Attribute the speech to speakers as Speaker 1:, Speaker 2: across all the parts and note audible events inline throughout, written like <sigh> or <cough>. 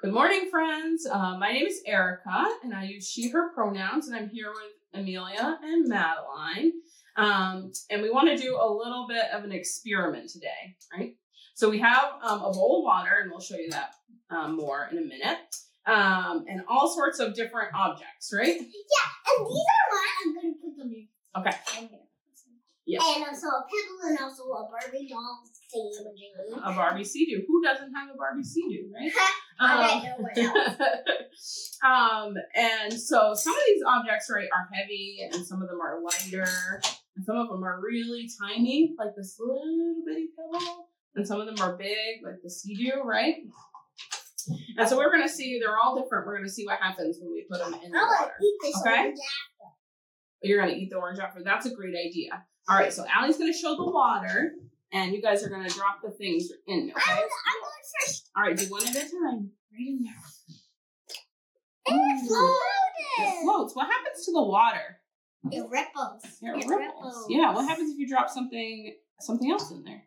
Speaker 1: Good morning, friends. Uh, my name is Erica, and I use she, her pronouns, and I'm here with Amelia and Madeline. Um, and we want to do a little bit of an experiment today, right? So we have um, a bowl of water, and we'll show you that um, more in a minute, um, and all sorts of different objects, right?
Speaker 2: And these are mine. I'm gonna put them in.
Speaker 1: Okay.
Speaker 2: I'm gonna put them in.
Speaker 1: Yes.
Speaker 2: And also a pebble and also a Barbie doll thingamajiggy.
Speaker 1: A Barbie Sea-Doo. Who doesn't have a Barbie Sea-Doo, right?
Speaker 2: I
Speaker 1: Um,
Speaker 2: don't know what
Speaker 1: <laughs>
Speaker 2: else.
Speaker 1: um, and so some of these objects, right, are heavy, and some of them are lighter, and some of them are really tiny, like this little bitty pebble, and some of them are big, like the sea-doo, right? And so we're gonna see they're all different. We're gonna see what happens when we put them in the
Speaker 2: I want
Speaker 1: water.
Speaker 2: to eat this
Speaker 1: Okay.
Speaker 2: orange
Speaker 1: You're gonna eat the orange after. That's a great idea. All right, so Allie's gonna show the water, and you guys are gonna drop the things in.
Speaker 2: apple. I'm,
Speaker 1: Okay.
Speaker 2: I'm going first.
Speaker 1: All right, do one at a time. Right in there.
Speaker 2: And
Speaker 1: Ooh.
Speaker 2: it
Speaker 1: It
Speaker 2: floated.
Speaker 1: floats. What happens to the water?
Speaker 2: It ripples.
Speaker 1: It ripples. Yeah. What happens if you drop something something else in there?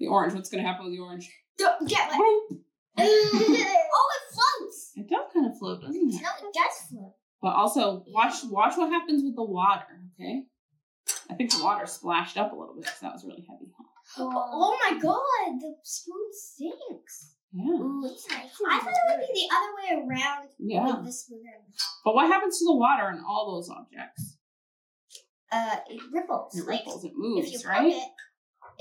Speaker 1: The orange. What's going to happen with the orange?
Speaker 2: Don't
Speaker 1: <laughs>
Speaker 2: get wet.
Speaker 1: Boop.
Speaker 2: oh, it floats.
Speaker 1: It does kind of float, doesn't it?
Speaker 2: No, it does float.
Speaker 1: But also watch watch what happens with the water. Okay. I think the water splashed up a little bit because that was really heavy.
Speaker 2: Oh my god, the spoon stinks.
Speaker 1: Yeah.
Speaker 2: I thought it would be the other way around
Speaker 1: Yeah.
Speaker 2: with the spoon.
Speaker 1: But what happens to the water and all those objects?
Speaker 2: Uh, it ripples.
Speaker 1: It
Speaker 2: like,
Speaker 1: ripples. It
Speaker 2: If you
Speaker 1: moves,
Speaker 2: poke
Speaker 1: right?
Speaker 2: it,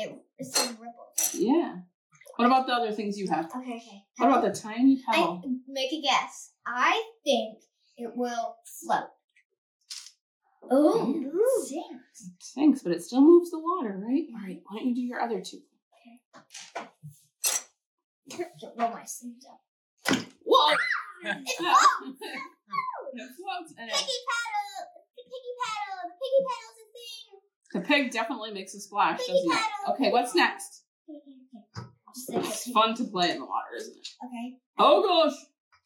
Speaker 2: it it's a ripple.
Speaker 1: Yeah. What about the other things you have?
Speaker 2: Okay, okay.
Speaker 1: What about the tiny
Speaker 2: I,
Speaker 1: pebble?
Speaker 2: make a guess. I think it will float. Oh,
Speaker 1: Ooh.
Speaker 2: six.
Speaker 1: Thanks, but it still moves the water, right? All right, why don't you do your other
Speaker 2: <laughs>
Speaker 1: two?
Speaker 2: Don't roll my sleeves
Speaker 1: <laughs>
Speaker 2: up.
Speaker 1: Whoa!
Speaker 2: It's
Speaker 1: it
Speaker 2: floats.
Speaker 1: floats and
Speaker 2: Piggy
Speaker 1: it,
Speaker 2: paddle. The piggy paddle. The piggy paddle's a thing.
Speaker 1: the pig definitely makes a splash,
Speaker 2: Piggy
Speaker 1: doesn't it?
Speaker 2: paddle.
Speaker 1: Okay, what's next?
Speaker 2: Just like a
Speaker 1: It's
Speaker 2: pig-
Speaker 1: fun to play in the water, isn't it?
Speaker 2: Okay.
Speaker 1: Oh gosh!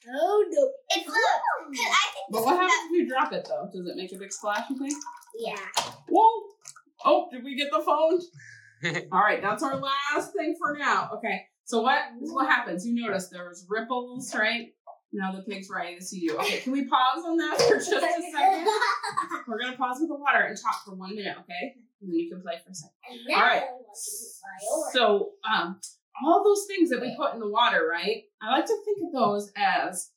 Speaker 2: Oh no. It floats. Cause I think
Speaker 1: But
Speaker 2: this
Speaker 1: what
Speaker 2: is about-
Speaker 1: happens if you drop it though? Does it make a big splash, you think?
Speaker 2: Yeah.
Speaker 1: Whoa! Oh, did we get the phone? All right, that's our last thing for now. Okay, so what is what happens? You notice there was ripples, right? Now the pig's ready to see you. Okay, can we pause on that for just a
Speaker 2: <laughs>
Speaker 1: second? We're gonna pause with the water and talk for one minute, okay? And then you can play for a second. All right. So, um, all those things that we put in the water, right? I like to think of those as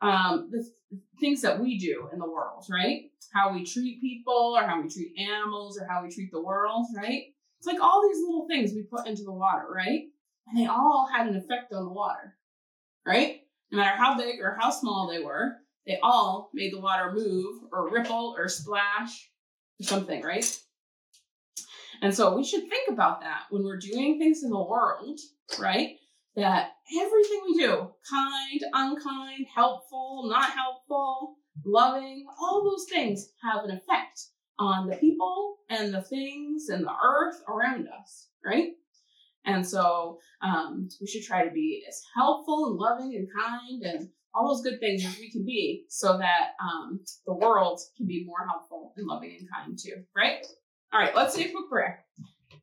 Speaker 1: um, the th- things that we do in the world, right? How we treat people, or how we treat animals, or how we treat the world, right? It's like all these little things we put into the water, right? And they all had an effect on the water, right? No matter how big or how small they were, they all made the water move or ripple or splash or something, right? And so we should think about that when we're doing things in the world, right? That everything we do, kind, unkind, helpful, not helpful, loving, all those things have an effect on the people and the things and the earth around us, right? And so um, we should try to be as helpful and loving and kind and all those good things as we can be so that um, the world can be more helpful and loving and kind too, right? All right, let's say a quick prayer.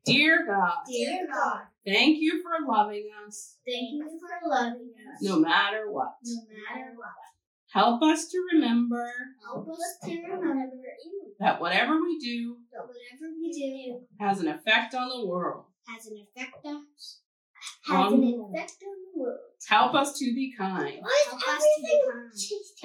Speaker 1: Dear God,
Speaker 2: Dear God,
Speaker 1: thank you for loving us
Speaker 2: thank you for loving us.
Speaker 1: no matter what.
Speaker 2: no matter what.
Speaker 1: Help us to remember
Speaker 2: Help us to remember you.
Speaker 1: that whatever we do
Speaker 2: But whatever we do
Speaker 1: has an effect on the world.
Speaker 2: has an effect on us.
Speaker 1: On
Speaker 2: Has an
Speaker 1: the world.
Speaker 2: effect on the world.
Speaker 1: Help us to be kind
Speaker 2: Why is everything
Speaker 1: <laughs>